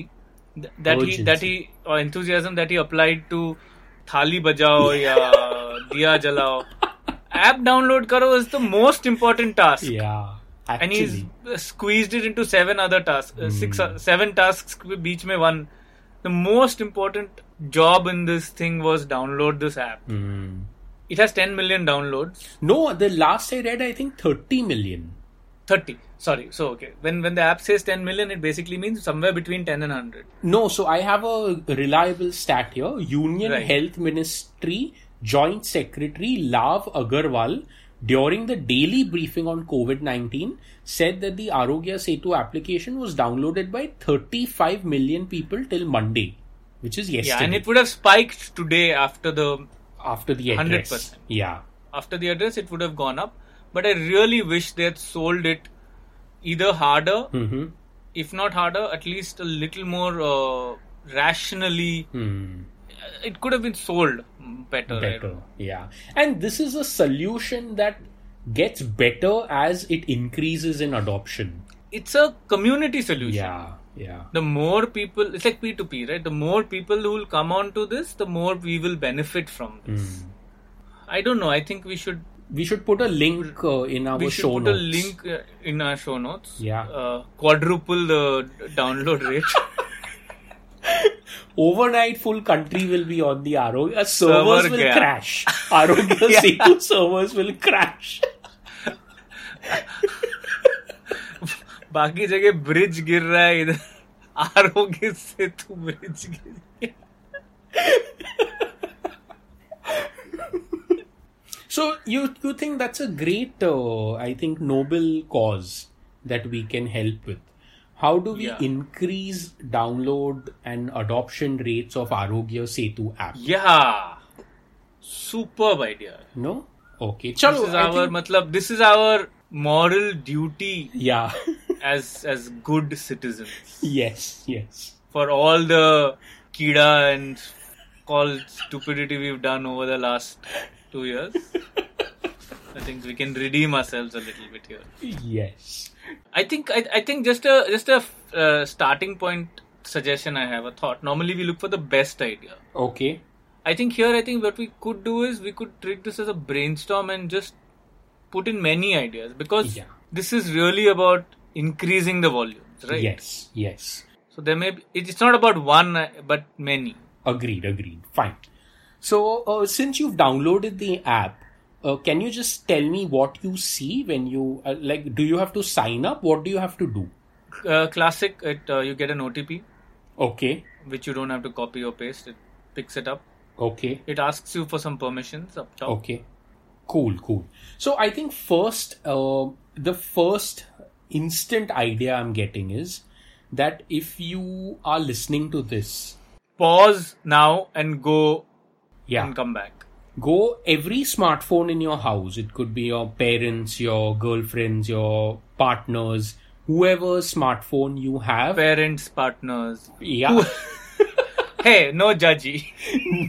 [SPEAKER 3] th- that he that he or enthusiasm that he applied to thali bajao ya diya jalao app download karo is the most important task
[SPEAKER 4] yeah. Actually. Hmm.
[SPEAKER 3] and he's uh, squeezed it into seven other tasks uh, six uh, seven tasks beach mein one the most important job in this thing was download this app
[SPEAKER 4] Mm.
[SPEAKER 3] it has 10 million downloads
[SPEAKER 4] No, the last I read, I think 30 million.
[SPEAKER 3] 30 sorry so okay when when the app says 10 million it basically means somewhere between 10 and 100
[SPEAKER 4] No, so I have a reliable stat here. Union
[SPEAKER 3] Right.
[SPEAKER 4] Health Ministry Joint Secretary Lav Agarwal, during the daily briefing on COVID 19, said that the Arogya Setu application was downloaded by 35 million people till Monday, which is
[SPEAKER 3] Yeah,
[SPEAKER 4] yesterday
[SPEAKER 3] and it would have spiked today after the
[SPEAKER 4] after the address.
[SPEAKER 3] 100%.
[SPEAKER 4] Yeah,
[SPEAKER 3] after the address. It would have gone up, but I really wish they had sold it either harder,
[SPEAKER 4] hmm
[SPEAKER 3] if not harder, at least a little more uh, rationally.
[SPEAKER 4] Hmm.
[SPEAKER 3] It could have been sold better. I don't
[SPEAKER 4] better. Yeah, and this is a solution that gets better as it increases in adoption.
[SPEAKER 3] it's a community solution.
[SPEAKER 4] Yeah, yeah,
[SPEAKER 3] The more people, it's like P2P, right? The more people who will come on to this, the more we will benefit from this. I don't know. I think we should
[SPEAKER 4] Hmm. we should put a link uh, in our
[SPEAKER 3] we should
[SPEAKER 4] show
[SPEAKER 3] put a
[SPEAKER 4] notes.
[SPEAKER 3] link uh, in our show notes.
[SPEAKER 4] Yeah.
[SPEAKER 3] Uh, quadruple the download rate.
[SPEAKER 4] Overnight, full country will be on the Arogya. Servers
[SPEAKER 3] Server
[SPEAKER 4] will
[SPEAKER 3] गया.
[SPEAKER 4] crash. Arogya Setu servers will crash.
[SPEAKER 3] बाकी जगह bridge गिर रहा है इधर आरोग्य से तू ब्रिज गिर गया।
[SPEAKER 4] So you you think that's a great, uh, I think, noble cause that we can help with. How do we
[SPEAKER 3] Yeah.
[SPEAKER 4] increase download and adoption rates of Arogya Setu app?
[SPEAKER 3] Yeah. Superb idea.
[SPEAKER 4] No, okay. Chalo,
[SPEAKER 3] this is
[SPEAKER 4] I
[SPEAKER 3] our
[SPEAKER 4] think-
[SPEAKER 3] मतलब this is our moral duty
[SPEAKER 4] yeah,
[SPEAKER 3] as as good citizens
[SPEAKER 4] yes, yes.
[SPEAKER 3] for all the kida and call stupidity we've done over the last two years. I think we can redeem ourselves a little bit here.
[SPEAKER 4] Yes.
[SPEAKER 3] I think I, I think just a just a uh, starting point suggestion I have a thought. Normally we look for the best idea.
[SPEAKER 4] Okay.
[SPEAKER 3] I think here I think what we could do is we could treat this as a brainstorm and just put in many ideas because
[SPEAKER 4] Yeah.
[SPEAKER 3] this is really about increasing the volumes, right?
[SPEAKER 4] Yes. Yes.
[SPEAKER 3] So there may be, it's not about one uh, but many.
[SPEAKER 4] Agreed. Agreed. Fine. So uh, since you've downloaded the app. Uh, can you just tell me what you see when you uh, like? Do you have to sign up? What do you have to do?
[SPEAKER 3] Uh, classic, it uh, you get an OTP
[SPEAKER 4] Okay.
[SPEAKER 3] which you don't have to copy or paste. It picks it up.
[SPEAKER 4] Okay.
[SPEAKER 3] It asks you for some permissions up top.
[SPEAKER 4] Okay. Cool, cool. So I think first, uh, the first instant idea I'm getting is that if you are listening to this,
[SPEAKER 3] Pause now and go
[SPEAKER 4] yeah,
[SPEAKER 3] and come back.
[SPEAKER 4] go every smartphone in your house. It could be your parents, your girlfriends, your partners, whoever smartphone you have.
[SPEAKER 3] Parents, partners.
[SPEAKER 4] Yeah.
[SPEAKER 3] Hey, no judgy.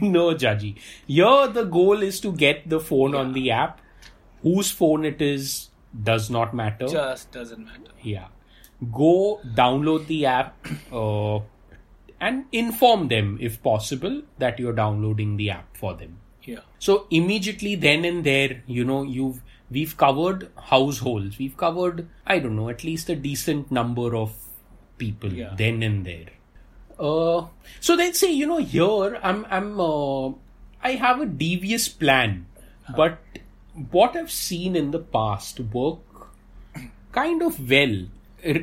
[SPEAKER 4] no judgy. Here the goal is to get the phone on the app. Whose phone it is does not matter.
[SPEAKER 3] Just doesn't matter.
[SPEAKER 4] Yeah. Go download the app uh, and inform them, if possible, that you're downloading the app for them.
[SPEAKER 3] Yeah.
[SPEAKER 4] So immediately then and there, you know, you've we've covered households. We've covered I don't know, at least a decent number of people
[SPEAKER 3] Yeah.
[SPEAKER 4] then and there. Uh, so then say, you know, here I'm I'm uh, I have a devious plan, but what I've seen in the past work kind of well.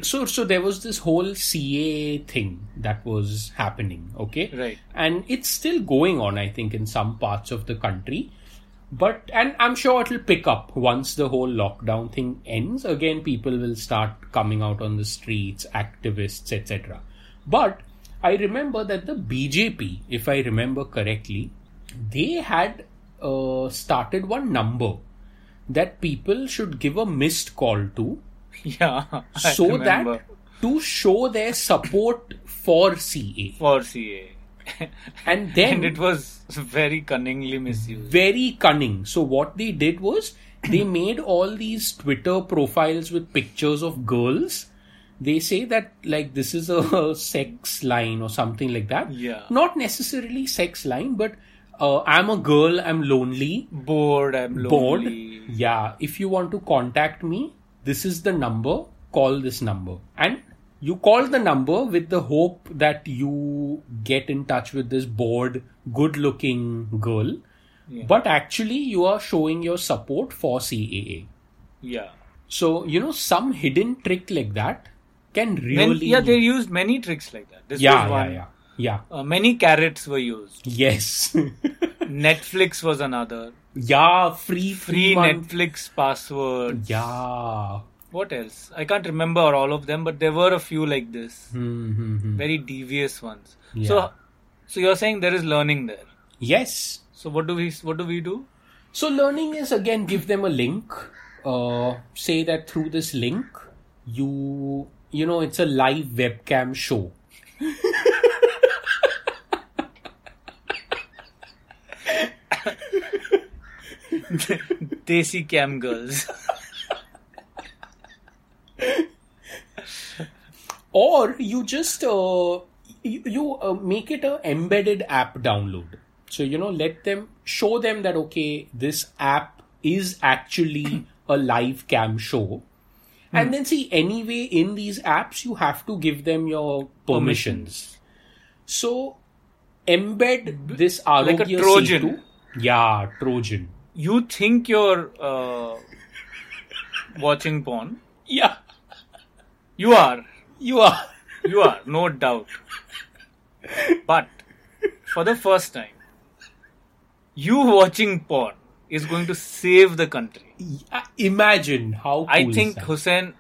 [SPEAKER 4] So, so there was this whole CA thing that was happening, okay?
[SPEAKER 3] Right.
[SPEAKER 4] And it's still going on, I think, in some parts of the country. But, and I'm sure it'll pick up once the whole lockdown thing ends. Again, people will start coming out on the streets, activists, etc. But I remember that the BJP, if I remember correctly, they had uh, started one number that people should give a missed call to
[SPEAKER 3] Yeah. I
[SPEAKER 4] so
[SPEAKER 3] remember.
[SPEAKER 4] that to show their support for CA.
[SPEAKER 3] for CA.
[SPEAKER 4] And then
[SPEAKER 3] And it was very cunningly misused.
[SPEAKER 4] very cunning. So what they did was they made all these Twitter profiles with pictures of girls. They say that like this is a sex line or something like that.
[SPEAKER 3] Yeah.
[SPEAKER 4] Not necessarily sex line, but uh, I'm a girl. I'm lonely.
[SPEAKER 3] Bored, I'm
[SPEAKER 4] board.
[SPEAKER 3] lonely.
[SPEAKER 4] Yeah, if you want to contact me, this is the number. Call this number. And you call the number with the hope that you get in touch with this bored, good looking girl. But actually, you are showing your support for CAA.
[SPEAKER 3] Yeah.
[SPEAKER 4] So, you know, some hidden trick like that can
[SPEAKER 3] Then-
[SPEAKER 4] really.
[SPEAKER 3] yeah, they used many tricks like that. This
[SPEAKER 4] yeah,
[SPEAKER 3] was
[SPEAKER 4] yeah,
[SPEAKER 3] one.
[SPEAKER 4] yeah. Yeah.
[SPEAKER 3] Uh, many carrots were used.
[SPEAKER 4] Yes.
[SPEAKER 3] Netflix was another.
[SPEAKER 4] yeah, free,
[SPEAKER 3] Free
[SPEAKER 4] free month.
[SPEAKER 3] Netflix password.
[SPEAKER 4] Yeah.
[SPEAKER 3] What else? I can't remember all of them, but there were a few like this.
[SPEAKER 4] Mm-hmm.
[SPEAKER 3] Very devious ones.
[SPEAKER 4] Yeah.
[SPEAKER 3] So So you're saying there is learning there.
[SPEAKER 4] Yes.
[SPEAKER 3] So what do we what do we do?
[SPEAKER 4] So learning is again give them a link. Uh, say that through this link, you you know it's a live webcam show.
[SPEAKER 3] Desi cam girls.
[SPEAKER 4] or you just uh, you, you uh, make it a embedded app download so you know let them show them that okay this app is actually a live cam show and then see anyway in these apps you have to give them your permissions, so embed this
[SPEAKER 3] a
[SPEAKER 4] Arogya
[SPEAKER 3] Trojan.
[SPEAKER 4] Setu. yeah trojan
[SPEAKER 3] You think you're uh, watching porn?
[SPEAKER 4] yeah
[SPEAKER 3] You are.
[SPEAKER 4] you are
[SPEAKER 3] You are, no doubt. But for the first time, you watching porn is going to save the country.
[SPEAKER 4] Yeah, uh, imagine how cool
[SPEAKER 3] I
[SPEAKER 4] is
[SPEAKER 3] think
[SPEAKER 4] that.
[SPEAKER 3] Hussein,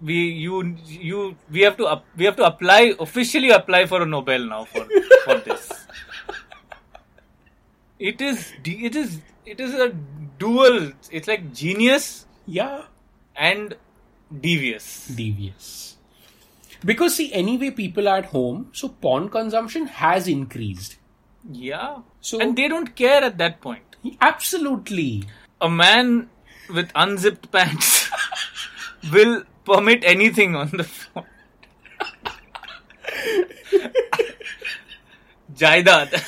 [SPEAKER 3] we you you we have to up- we have to apply officially apply for a Nobel now for for this. It is d- it is it is a dual. It's like genius
[SPEAKER 4] yeah
[SPEAKER 3] and devious.
[SPEAKER 4] devious. Because see, anyway, people are at home, so porn consumption has increased.
[SPEAKER 3] Yeah.
[SPEAKER 4] So-
[SPEAKER 3] and they don't care at that point.
[SPEAKER 4] Absolutely.
[SPEAKER 3] a man with unzipped pants will permit anything on the phone. Jaidad.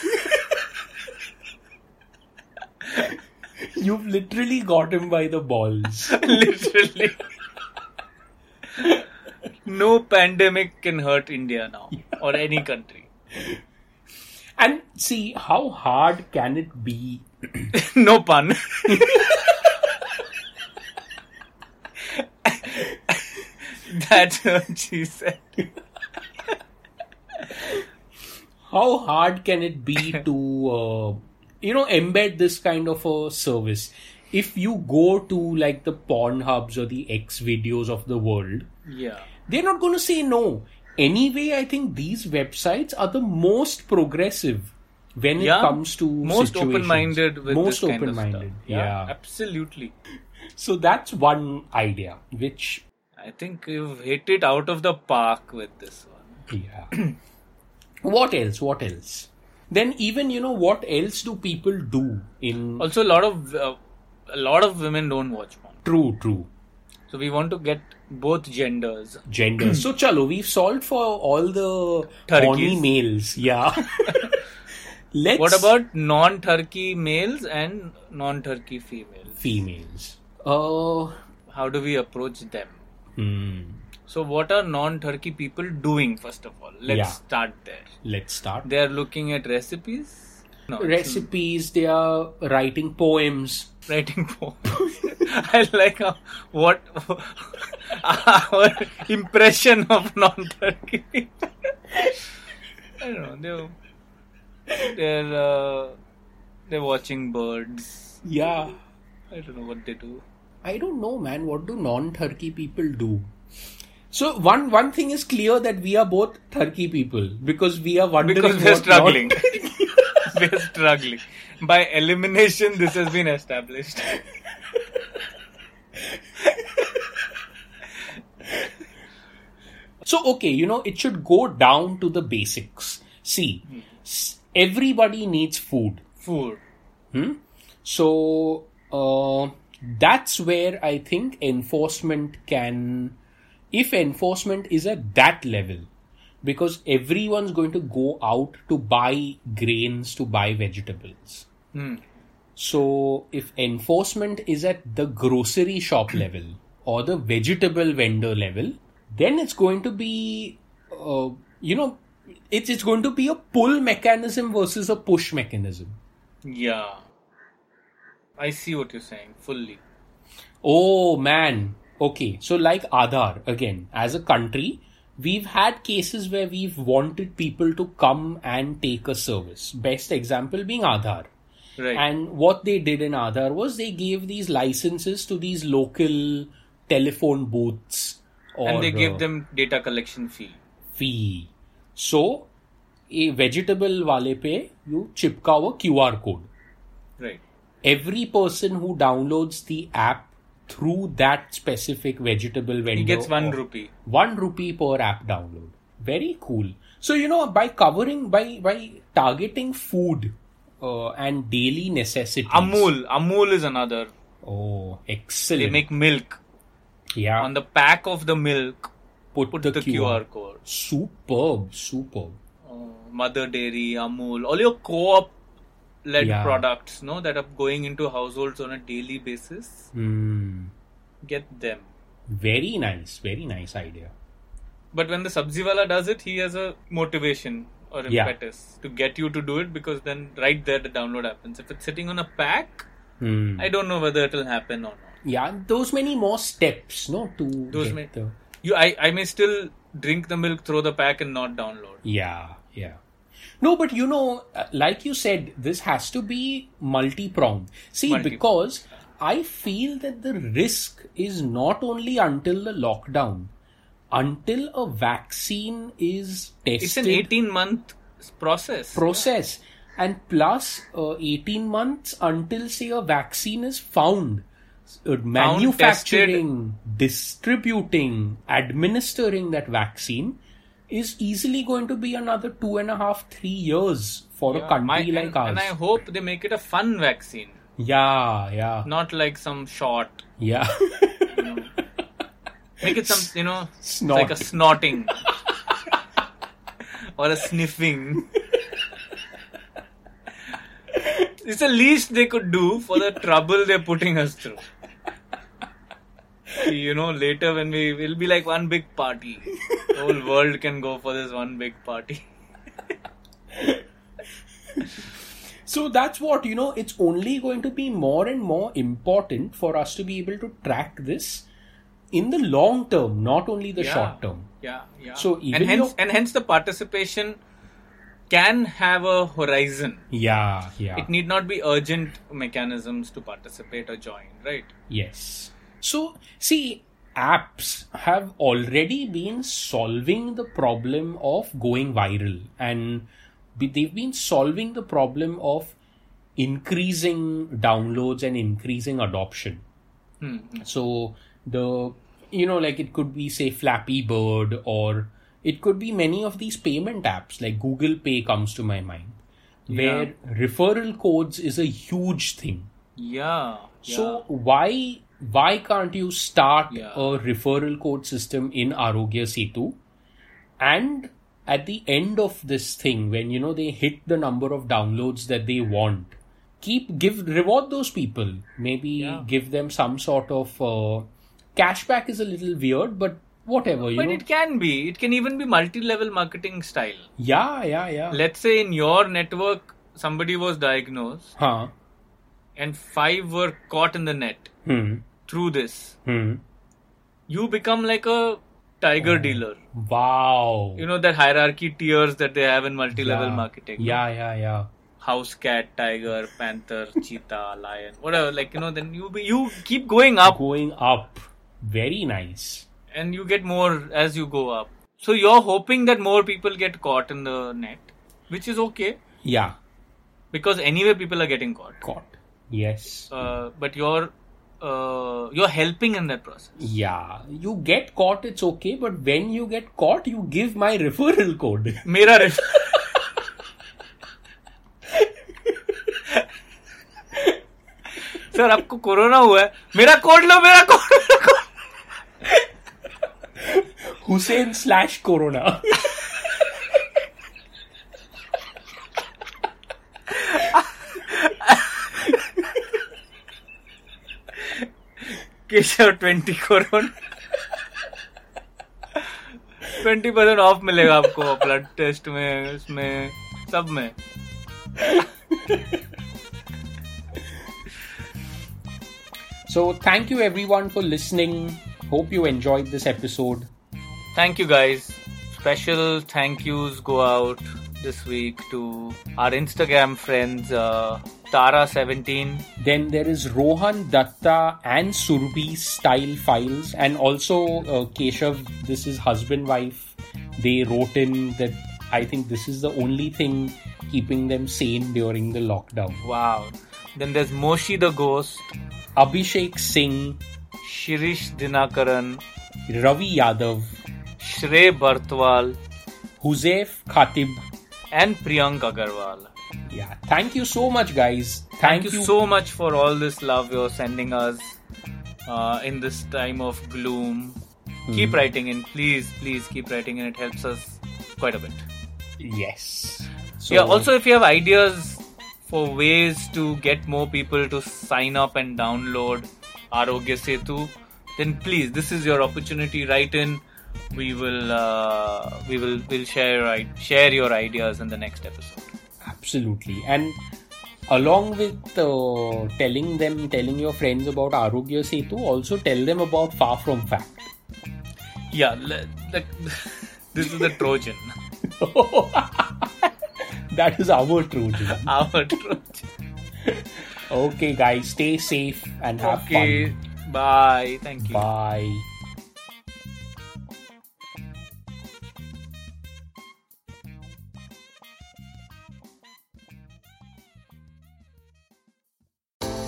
[SPEAKER 4] You've literally got him by the balls.
[SPEAKER 3] Literally. No pandemic can hurt India now or any country.
[SPEAKER 4] and see, how hard can it be?
[SPEAKER 3] No pun. That's what she said.
[SPEAKER 4] How hard can it be to, uh, you know, embed this kind of a service? If you go to like the porn hubs or the X videos of the world,
[SPEAKER 3] Yeah.
[SPEAKER 4] they're not going to say no. Anyway, I think these websites are the most progressive when
[SPEAKER 3] Yeah,
[SPEAKER 4] it comes to
[SPEAKER 3] most
[SPEAKER 4] situations.
[SPEAKER 3] open-minded with
[SPEAKER 4] most
[SPEAKER 3] this kind of
[SPEAKER 4] open-minded.
[SPEAKER 3] stuff.
[SPEAKER 4] Yeah.
[SPEAKER 3] absolutely.
[SPEAKER 4] So that's one idea, which
[SPEAKER 3] I think you've hit it out of the park with this one.
[SPEAKER 4] yeah. what else? What else? Then even you know what else do people do in
[SPEAKER 3] Also, a lot of uh, a lot of women don't watch porn,
[SPEAKER 4] true true
[SPEAKER 3] so we want to get both genders.
[SPEAKER 4] gender? so chalo, we've solved for all the
[SPEAKER 3] Turkeys.
[SPEAKER 4] horny males. Yeah. Let's
[SPEAKER 3] What about non-Turkey males and non-Turkey females?
[SPEAKER 4] females? Uh,
[SPEAKER 3] How do we approach them?
[SPEAKER 4] hmm.
[SPEAKER 3] So, what are non-Turkey people doing? First of all, let's
[SPEAKER 4] Yeah.
[SPEAKER 3] start there.
[SPEAKER 4] Let's start.
[SPEAKER 3] They are looking at recipes. No, it's
[SPEAKER 4] recipes, they are writing poems.
[SPEAKER 3] writing poems. I like how, what our impression of non-Turkey. I don't know. They're they're, uh, they're watching birds.
[SPEAKER 4] Yeah.
[SPEAKER 3] I don't know what they do.
[SPEAKER 4] I don't know, man. What do non-Turkey people do? So one one thing is clear that we are both Turkey people because we are wondering
[SPEAKER 3] Because they're
[SPEAKER 4] what non-
[SPEAKER 3] struggling. they're struggling. By elimination, this has been established.
[SPEAKER 4] So okay, you know it should go down to the basics. See,
[SPEAKER 3] Hmm.
[SPEAKER 4] s- everybody needs food.
[SPEAKER 3] Food.
[SPEAKER 4] So uh, that's where I think enforcement can, if enforcement is at that level, because everyone's going to go out to buy grains, to buy vegetables. So if enforcement is at the grocery shop level or the vegetable vendor level, then it's going to be, uh, you know, it's, it's going to be a pull mechanism versus a push mechanism.
[SPEAKER 3] Yeah. I see what you're saying fully.
[SPEAKER 4] Oh man. Okay. So like Aadhaar again, as a country, we've had cases where we've wanted people to come and take a service. Best example being Aadhaar.
[SPEAKER 3] Right.
[SPEAKER 4] And what they did in Aadhaar was they gave these licenses to these local telephone booths or
[SPEAKER 3] and they
[SPEAKER 4] uh,
[SPEAKER 3] give them data collection fee.
[SPEAKER 4] fee. So ये vegetable वाले पे you चिपकाओ Q R code
[SPEAKER 3] right
[SPEAKER 4] every person who downloads the app through that specific vegetable vendor
[SPEAKER 3] he gets one
[SPEAKER 4] or-
[SPEAKER 3] rupee
[SPEAKER 4] one rupee per app download very cool so you know by covering by by targeting food uh, and daily necessities
[SPEAKER 3] amul amul is another
[SPEAKER 4] oh
[SPEAKER 3] they
[SPEAKER 4] excellent
[SPEAKER 3] make milk
[SPEAKER 4] yeah
[SPEAKER 3] on the pack of the milk
[SPEAKER 4] put,
[SPEAKER 3] put the, qr, code
[SPEAKER 4] superb superb
[SPEAKER 3] oh, mother dairy amul all your co-op led
[SPEAKER 4] Yeah.
[SPEAKER 3] products no that are going into households on a daily basis
[SPEAKER 4] Hmm.
[SPEAKER 3] get them
[SPEAKER 4] very nice very nice idea
[SPEAKER 3] But when the Sabziwala does it, he has a motivation or
[SPEAKER 4] Yeah.
[SPEAKER 3] impetus to get you to do it because then right there the download happens. If it's sitting on a pack,
[SPEAKER 4] Hmm.
[SPEAKER 3] I don't know whether it'll happen or not.
[SPEAKER 4] yeah those many more steps no to
[SPEAKER 3] Those
[SPEAKER 4] get
[SPEAKER 3] may-
[SPEAKER 4] the-
[SPEAKER 3] You, I, I may still drink the milk, throw the pack, and not download.
[SPEAKER 4] Yeah, yeah. No, but you know, uh, like you said, this has to be multi pronged. See,
[SPEAKER 3] Multi-pronged.
[SPEAKER 4] because I feel that the risk is not only until the lockdown, until a vaccine is tested.
[SPEAKER 3] It's an 18 month process.
[SPEAKER 4] process. And plus, uh, 18 months until, say, a vaccine is found. S- uh, manufacturing, distributing, administering that vaccine is easily going to be another two and a half, three years for a country
[SPEAKER 3] My-
[SPEAKER 4] like
[SPEAKER 3] and,
[SPEAKER 4] ours.
[SPEAKER 3] and I hope they make it a fun vaccine,
[SPEAKER 4] yeah, yeah,
[SPEAKER 3] not like some shot.
[SPEAKER 4] yeah.
[SPEAKER 3] Make it some, you know, it's
[SPEAKER 4] Snort.
[SPEAKER 3] like a snorting or a sniffing. it's the least they could do for the trouble they're putting us through. You know, later when we will be like one big party, the whole world can go for this one big party.
[SPEAKER 4] So that's what, you know, it's only going to be more and more important for us to be able to track this in the long term, not only the
[SPEAKER 3] Yeah.
[SPEAKER 4] short term.
[SPEAKER 3] Yeah, yeah.
[SPEAKER 4] So even
[SPEAKER 3] and hence,
[SPEAKER 4] your-
[SPEAKER 3] and hence the participation can have a horizon.
[SPEAKER 4] Yeah, yeah.
[SPEAKER 3] It need not be urgent mechanisms to participate or join, right?
[SPEAKER 4] Yes. So, see, apps have already been solving the problem of going viral, and be- they've been solving the problem of increasing downloads and increasing adoption. So, the you know, like it could be say Flappy Bird, or it could be many of these payment apps, like Google Pay comes to my mind, where referral codes is a huge thing.
[SPEAKER 3] Yeah.
[SPEAKER 4] So why why can't you start
[SPEAKER 3] Yeah.
[SPEAKER 4] a referral code system in Arogya Setu? And at the end of this thing, when you know they hit the number of downloads that they want, keep give reward those people. Maybe
[SPEAKER 3] Yeah.
[SPEAKER 4] give them some sort of uh, cashback is a little weird, but whatever you
[SPEAKER 3] but
[SPEAKER 4] know.
[SPEAKER 3] it can be. It can even be multi-level marketing style.
[SPEAKER 4] yeah, yeah, yeah.
[SPEAKER 3] Let's say in your network somebody was diagnosed
[SPEAKER 4] huh.
[SPEAKER 3] and five were caught in the net
[SPEAKER 4] Hmm.
[SPEAKER 3] through this.
[SPEAKER 4] Hmm.
[SPEAKER 3] You become like a tiger dealer.
[SPEAKER 4] Wow.
[SPEAKER 3] You know that hierarchy tiers that they have in multi-level
[SPEAKER 4] yeah.
[SPEAKER 3] marketing.
[SPEAKER 4] Yeah, yeah, yeah.
[SPEAKER 3] House cat, tiger, panther, cheetah, lion, whatever. Like you know, then you be, you keep going up
[SPEAKER 4] Going up. Very nice.
[SPEAKER 3] and you get more as you go up. So you're hoping that more people get caught in the net, which is okay.
[SPEAKER 4] Yeah.
[SPEAKER 3] because anyway people are getting caught
[SPEAKER 4] caught. Yes.
[SPEAKER 3] uh, but you're uh, you're helping in that process
[SPEAKER 4] yeah. You get caught, it's okay, but when you get caught, you give my referral code.
[SPEAKER 3] mera ref- sir आपको corona हुआ है मेरा code लो मेरा code
[SPEAKER 4] Hussein slash Corona.
[SPEAKER 3] Keshav twenty corona twenty percent off मिलेगा आपको blood test में इसमें सब में
[SPEAKER 4] so, thank you everyone for listening. Hope you enjoyed this episode.
[SPEAKER 3] Thank you guys. Special thank yous go out this week to our Instagram friends uh, Tara17.
[SPEAKER 4] Then there is Rohan Datta and Surbi style files, and also uh, Keshav, this is husband wife. They wrote in that I think this is the only thing keeping them sane during the lockdown.
[SPEAKER 3] Wow. Then there's Moshi the Ghost,
[SPEAKER 4] Abhishek Singh,
[SPEAKER 3] Shirish Dinakaran,
[SPEAKER 4] Ravi Yadav,
[SPEAKER 3] Shrey Bartwal,
[SPEAKER 4] Huzaif Khatib.
[SPEAKER 3] and Priyank Agarwal.
[SPEAKER 4] Yeah, thank you so much, guys. Thank,
[SPEAKER 3] Thank you so much for all this love you're sending us uh, in this time of gloom. Keep writing in, please, please keep writing in. It helps us quite a bit.
[SPEAKER 4] Yes. So,
[SPEAKER 3] yeah, also, if you have ideas for ways to get more people to sign up and download Arogya Setu, then please, this is your opportunity. Write in. We will, uh, we will, we'll share, i- share your ideas in the next episode.
[SPEAKER 4] absolutely. And along with uh, telling them, telling your friends about Arogya Setu, also tell them about Far From Fact.
[SPEAKER 3] Yeah, le- like, this is the Trojan.
[SPEAKER 4] that is our Trojan.
[SPEAKER 3] Our Trojan.
[SPEAKER 4] Okay, guys, stay safe and have
[SPEAKER 3] Okay, bye.
[SPEAKER 4] fun.
[SPEAKER 3] Thank you.
[SPEAKER 4] Bye.